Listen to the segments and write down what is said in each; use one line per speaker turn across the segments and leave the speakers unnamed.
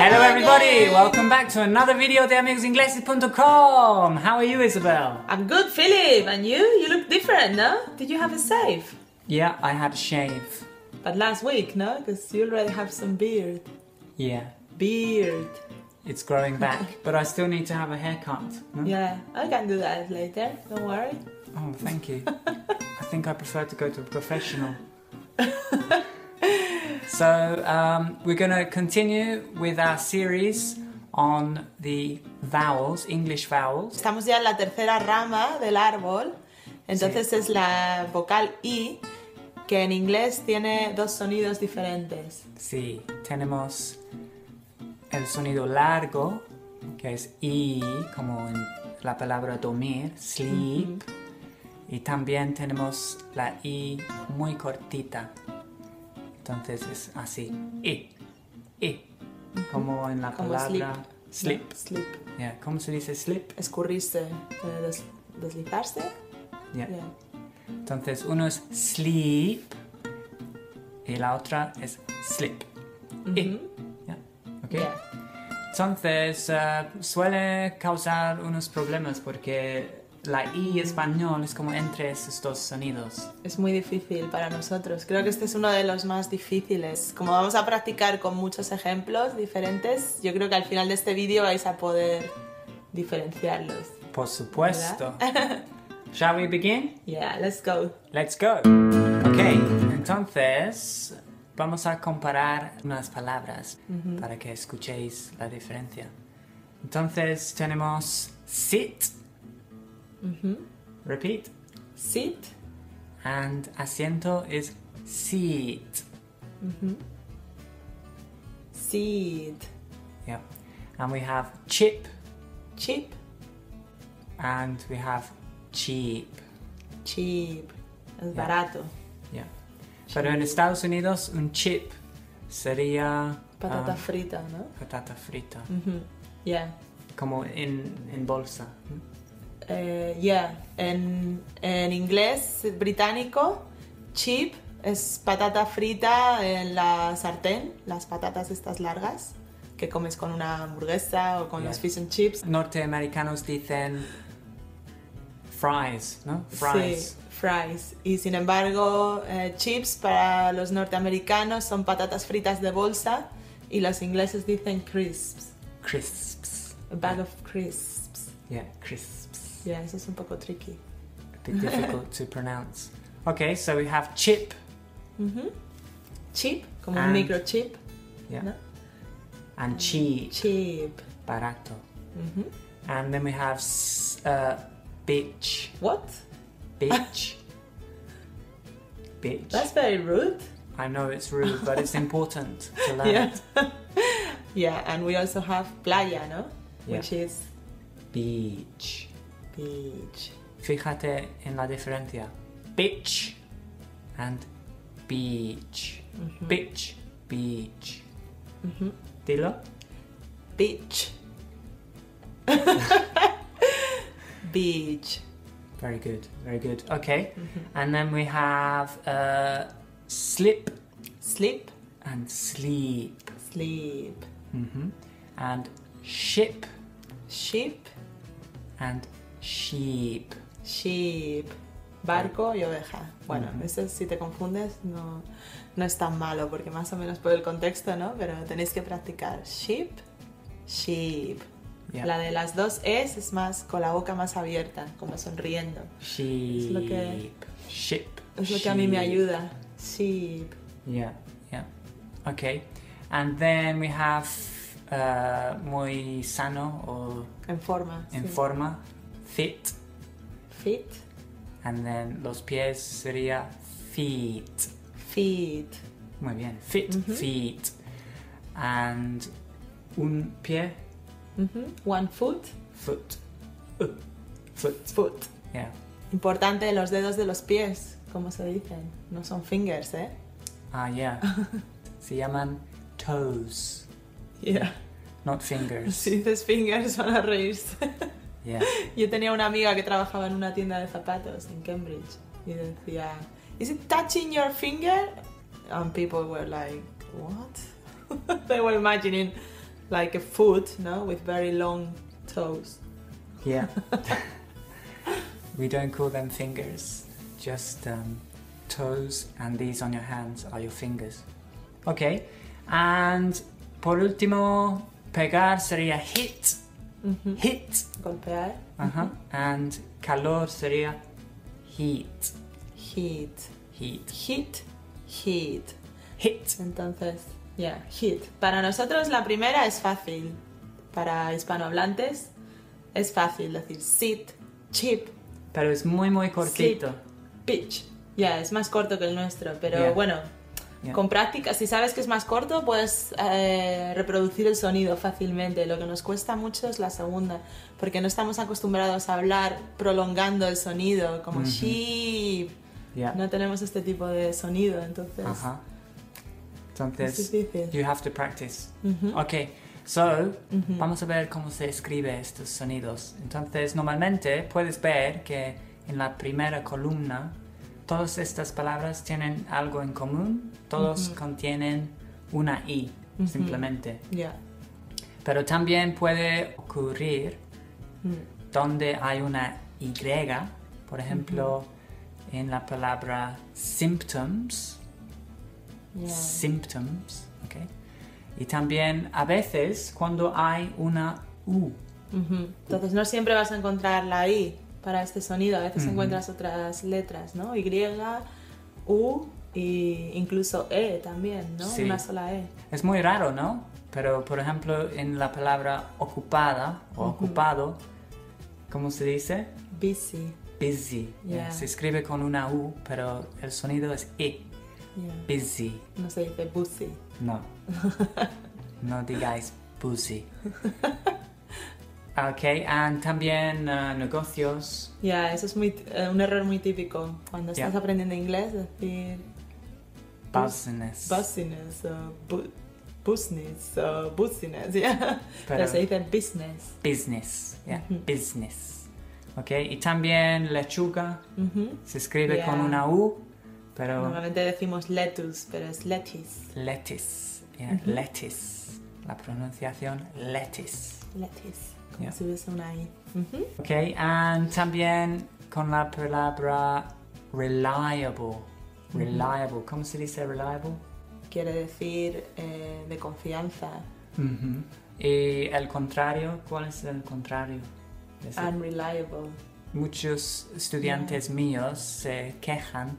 Hello everybody, welcome back to another video de amigosingleses.com. How are you, Isabel?
I'm good, Philip. And you? You look different, no? Did you have a shave?
Yeah, I had a shave.
But last week, no? Because you already have some beard.
Yeah,
Beard.
it's growing back, but I still need to have a haircut. Hmm?
Yeah, I can do that later. Don't worry.
Oh, thank you. I think I prefer to go to a professional. so, um, we're going to continue with our series on the vowels, English vowels.
Estamos ya en la tercera rama del árbol. Entonces es la vocal I, que en inglés tiene dos sonidos diferentes.
Sí, tenemos el sonido largo, que es i, como en la palabra dormir, sleep. Y también tenemos la i muy cortita. Entonces es así, i, i, como en la
Como
palabra sleep.
No, Slip.
Yeah, ¿Cómo se dice sleep?
Escurrirse. eh, des- deslizarse.
Yeah.
Yeah.
Entonces uno es sleep y la otra es slip. I. Yeah. Ok.
Yeah.
Entonces, eh, suele causar unos problemas porque la I español es como entre esos dos sonidos.
Es muy difícil para nosotros. Creo que este es uno de los más difíciles. Como vamos a practicar con muchos ejemplos diferentes, yo creo que al final de este vídeo vais a poder diferenciarlos.
Por supuesto. Shall we begin?
Yeah, let's go.
Let's go. Ok, entonces vamos a comparar unas palabras para que escuchéis la diferencia. Entonces tenemos sit, repeat,
Sit,
and asiento es seat.
sit.
Yeah. And we have chip
Chip,
and we have cheap.
chip. Es barato.
Yeah. Pero en Estados Unidos un chip sería
Patata
um,
frita, ¿no?
patata frita,
Yeah.
como en, en bolsa. ¿no?
Eh, yeah. En, en inglés británico, chip es patata frita en la sartén, las patatas estas largas que comes con una hamburguesa o con
Yeah.
los fish and chips.
Norteamericanos dicen fries, ¿no? Fries.
Sí, fries. Y sin embargo, eh, chips para los norteamericanos son patatas fritas de bolsa y los ingleses dicen crisps.
Crisps.
A bag of crisps.
Yeah, crisps.
Yeah, eso es un poco tricky.
A bit difficult to pronounce. Okay, so we have chip.
Chip, como
And-
un microchip.
Yeah.
No.
And cheap.
Chip.
Barato. And then we have s- uh, bitch.
What?
Bitch. bitch.
That's very rude.
I know it's rude, but it's important to learn
Yeah.
it.
yeah, and we also have playa, no?
Yeah.
Which is
Beach.
beach.
Fíjate en la diferencia. Bitch and beach.
Mm-hmm. Mm.
Bitch, beach. Dilo.
Beach. beach.
Very good, very good. Okay.
Mm-hmm.
And then we have uh, slip
Sleep.
and sleep. Mm-hmm.
Sleep.
And ship
Sheep.
and sheep.
Sheep. Barco y oveja. Bueno, eso si te confundes no, no es tan malo, porque más o menos por el contexto, ¿no? Pero tenéis que practicar. Sheep. Sheep.
Yeah.
La de las dos es es más con la boca más abierta, como sonriendo.
Sheep.
lo que-
Ship.
Es lo que a mí me
sheep.
ayuda. Sheep.
Yeah, yeah. Okay. And then we have uh, muy sano or
En forma.
en
sí.
forma, fit.
Fit.
And then los pies sería feet.
Fit.
Muy bien, fit, feet. And un pie,
Ujú. One foot.
foot. Uh, foot,
Foot.
yeah.
Importante los dedos de los pies, como se dicen. No son fingers, ¿eh?
Ah, yeah. Se llaman toes,
Yeah.
not fingers.
Si dices fingers van a reírse.
Yeah.
Yo tenía una amiga que trabajaba en una tienda de zapatos en Cambridge y decía, "Is it touching your finger?" And people were like, "What?" They were imagining like a foot, no, with very long toes.
Yeah. we don't call them fingers, just um, toes, and these on your hands are your fingers. Okay. And por último, pegar sería hit. Hit.
Golpear.
Ajá. And calor sería heat.
Hit.
Heat.
Hit. Hit.
Hit.
Entonces, yeah, hit. Para nosotros la primera es fácil. Para hispanohablantes es fácil decir sit, chip,
Pero es muy, muy cortito.
pitch. Ya, es más corto que el nuestro, pero
Yeah.
bueno,
Yeah.
con práctica, si sabes que es más corto, puedes eh, reproducir el sonido fácilmente. Lo que nos cuesta mucho es la segunda, porque no estamos acostumbrados a hablar prolongando el sonido, como
Ujú.
sheep.
Yeah.
No tenemos este tipo de sonido, entonces
Ajá.
es
Entonces,
difícil.
you have to practice.
Ujú.
Ok, so vamos a ver cómo se escribe estos sonidos. Entonces, normalmente puedes ver que en la primera columna todas estas palabras tienen algo en común, todos contienen una i,
Ujú.
simplemente.
Ya.
Pero también puede ocurrir
Mm.
donde hay una y, por ejemplo, en la palabra symptoms.
Ya.
symptoms, ¿ok? Y también a veces cuando hay una U.
Ujú. Entonces no siempre vas a encontrar la I para este sonido, a veces
Ujú.
encuentras otras letras, ¿no? Y, U e incluso E también, ¿no?
Sí.
Una sola E.
Es muy raro, ¿no? Pero, por ejemplo, en la palabra ocupada o ocupado, ¿cómo se dice?
Busy.
Busy.
Yeah.
Se escribe con una U, pero el sonido es E.
Yeah.
Busy.
No se dice busy.
No. no digáis busy. Ok, and también uh, negocios.
Ya, eso es muy, eh, un error muy típico cuando
Ya.
estás aprendiendo inglés, decir
Business.
business o bu- business o business, yeah.
Pero-
Pero se dice business.
business, yeah,
Ujú.
business. Ok, y también lechuga
Ujú.
se escribe
Yeah.
con una U, pero
Normalmente decimos lettuce, pero es lettuce.
lettuce, yeah, lettuce. La pronunciación lettuce.
Lettuce. Como
Ya.
si hubiese una I. Ujú.
Ok, and también con la palabra reliable. Reliable, ¿cómo se dice reliable?
Quiere decir eh, de confianza.
Ujú. Y el contrario, ¿cuál es el contrario? Es decir,
Unreliable.
Muchos estudiantes míos se quejan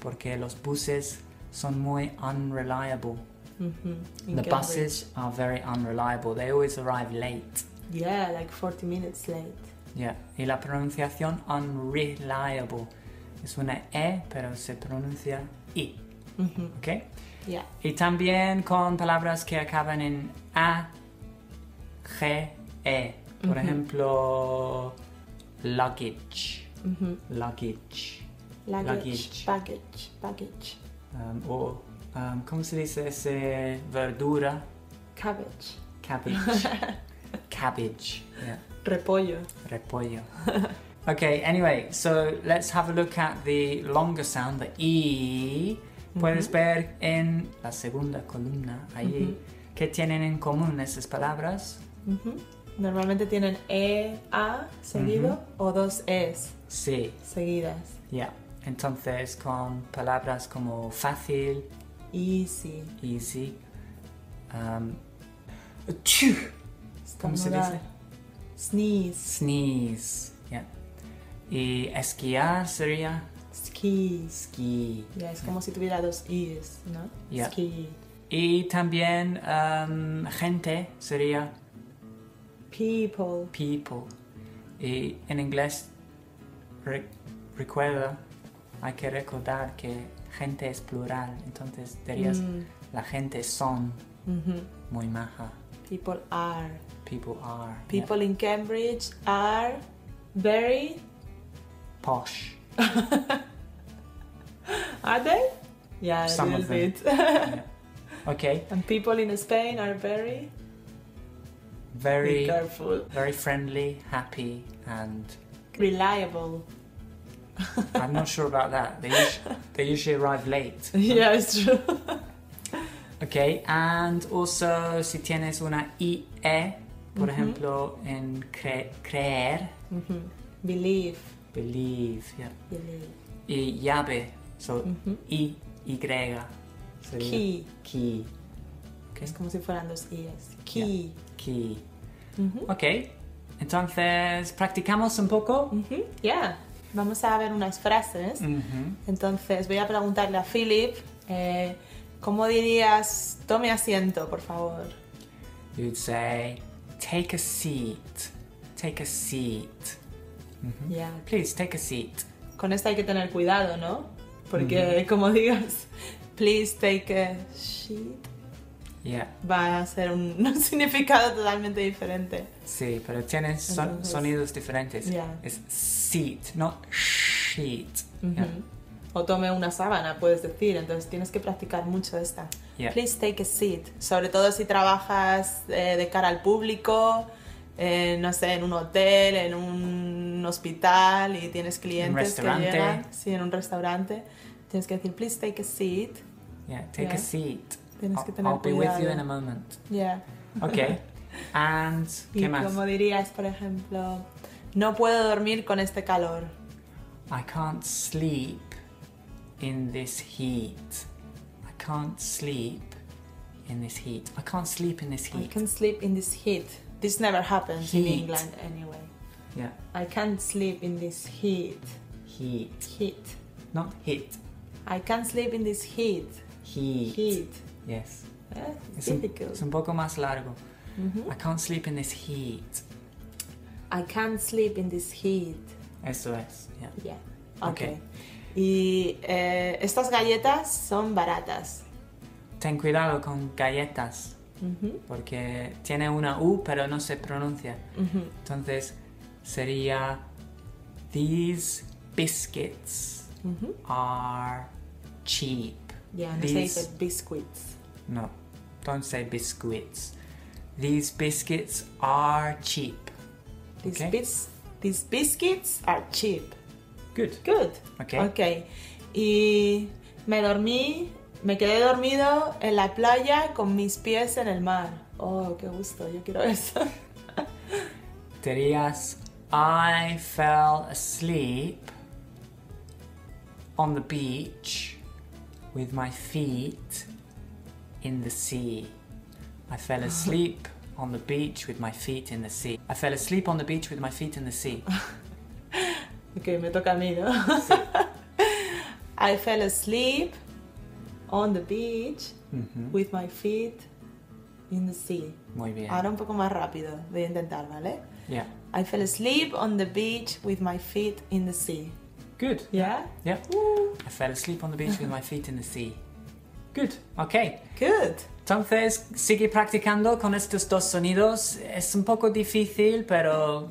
porque los buses son muy unreliable.
Ujú. In
The
Cambridge.
buses are very unreliable. They always arrive late.
Yeah, like 40 minutes late.
Yeah. Y la pronunciación unreliable es una E, pero se pronuncia I.
Ujú.
¿Ok?
Yeah.
Y también con palabras que acaban en A, G, E. Por
Ujú.
ejemplo, luggage.
Ujú.
Luggage. Luggage.
Luggage. Baggage. Baggage.
Um, o, um, ¿cómo se dice ese verdura?
Cabbage.
Cabbage. Cabbage. Yeah.
Repollo.
Repollo. okay, anyway, so let's have a look at the longer sound, the E. Puedes ver en la segunda columna ahí qué tienen en común esas palabras.
Ujú. Normalmente tienen E, A seguido o dos Es
Sí,
seguidas.
yeah. Entonces con palabras como fácil,
Easy.
easy. Um, achú, ¿Cómo se dice?
Estornudar. Sneeze.
Sneeze. Yeah. Y esquiar sería
Skis.
ski.
Ya, es como si tuviera dos I's, ¿no?
Ya.
Ski.
Y también um, gente sería
People.
people. Y en inglés re- recuerda, hay que recordar que gente es plural. Entonces dirías
Mm,
la gente son
ujú.
muy maja.
People are.
People are. yeah.
People in Cambridge are very.
posh.
Are they? Yeah, a
Some
little
of them.
bit.
yeah. Okay.
and people in Spain are very. Be
Very,
careful.
very friendly, happy, and
Reliable.
I'm not sure about that. They usually, they usually arrive late.
yeah, it's true.
Okay, Okay, and also si tienes una IE, por ejemplo, en cre- creer,
Ujú. Believe.
believe, yeah.
Believe.
y llave, so
Ujú.
I, Y. sería
Key.
Key.
Es como si fueran dos I's. Key.
Key.
Ujú.
Ok, entonces, ¿practicamos un poco?
Ujú. Yeah. Vamos a ver unas frases.
Ujú.
Entonces voy a preguntarle a Philip, eh, ¿cómo dirías, tome asiento, por favor?
You'd say, take a seat, take a seat.
Yeah.
Please, take a seat.
Con esto hay que tener cuidado, ¿no? Porque como digas, please take a shit,
Yeah,
va a ser un, un significado totalmente diferente.
sí, pero tienes son-
Entonces-
sonidos diferentes.
Yeah.
Es seat, no sheet. Yeah.
Ujú. O tome una sábana, puedes decir, entonces tienes que practicar mucho esta.
Yeah.
Please take a seat. Sobre todo si trabajas eh, de cara al público, eh, no sé, en un hotel, en un hospital y tienes clientes que
restaurante.
llegan, sí, en un restaurante, tienes que decir please take a seat.
Yeah, take
Yeah.
a seat.
Tienes
I'll,
que tener
I'll be with you
cuidado.
in a moment.
Yeah.
Okay. and
Y
¿qué más?
como dirías, por ejemplo, no puedo dormir con este calor.
I can't sleep in this heat. I can't sleep in this heat. I can't sleep in this
I
heat.
can't sleep in this heat. This never happens in
Heat.
England anyway.
Yeah,
I can't sleep in this heat.
heat.
Heat.
Not hit.
I can't sleep in this heat.
Heat.
Heat.
Yes.
Eh, It's
Es un,
difficult.
es un poco más largo.
Ujú.
I can't sleep in this heat.
I can't sleep in this heat.
Eso es. Yeah.
Yeah.
Okay.
Okay. Y eh, estas galletas son baratas.
Ten cuidado con galletas
Ujú,
porque tiene una U pero no se pronuncia.
ujú.
Entonces sería These biscuits
Ujú.
are cheap.
Ya, no se
These-
dice biscuits.
No, don't say biscuits. These biscuits are cheap.
These,
Okay.
bis- these biscuits are cheap.
Good.
Good.
Okay.
ok. Y me dormí, me quedé dormido en la playa con mis pies en el mar. Oh, qué gusto, yo quiero eso.
Dirías, I fell asleep on the beach with my feet in the sea. I fell asleep on the beach with my feet in the sea. I fell asleep on the beach with my feet in the sea.
Ok, me toca a mí, ¿no? I fell asleep on the beach
Ujú,
with my feet in the sea.
Muy bien.
Ahora un poco más rápido, voy a intentar, ¿vale?
Yeah.
I fell asleep on the beach with my feet in the sea.
Good.
Yeah?
Yeah.
Woo.
I fell asleep on the beach with my feet in the sea. Good. Okay.
Good.
Entonces, sigue practicando con estos dos sonidos. Es un poco difícil, pero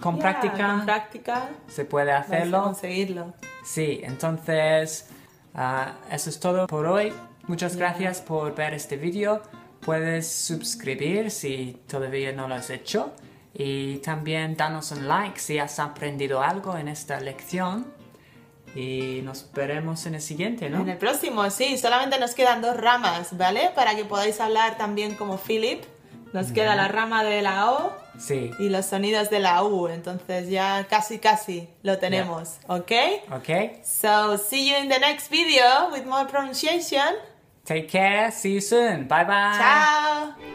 con
Yeah,
práctica
Con práctica.
se puede
vas a
hacerlo.
Conseguirlo.
Sí, entonces, ah, eso es todo por hoy. Muchas gracias por ver este vídeo. Puedes suscribir si todavía no lo has hecho. Y también danos un like si has aprendido algo en esta lección. Y nos veremos en el siguiente, ¿no?
En el próximo, sí, solamente nos quedan dos ramas, ¿vale? Para que podáis hablar también como Philip. Nos queda la rama de la O
Sí.
y los sonidos de la U, entonces ya casi casi lo tenemos, ¿ok?
Okay.
So, see you in the next video with more pronunciation.
Take care. See you soon. Bye bye.
Chao.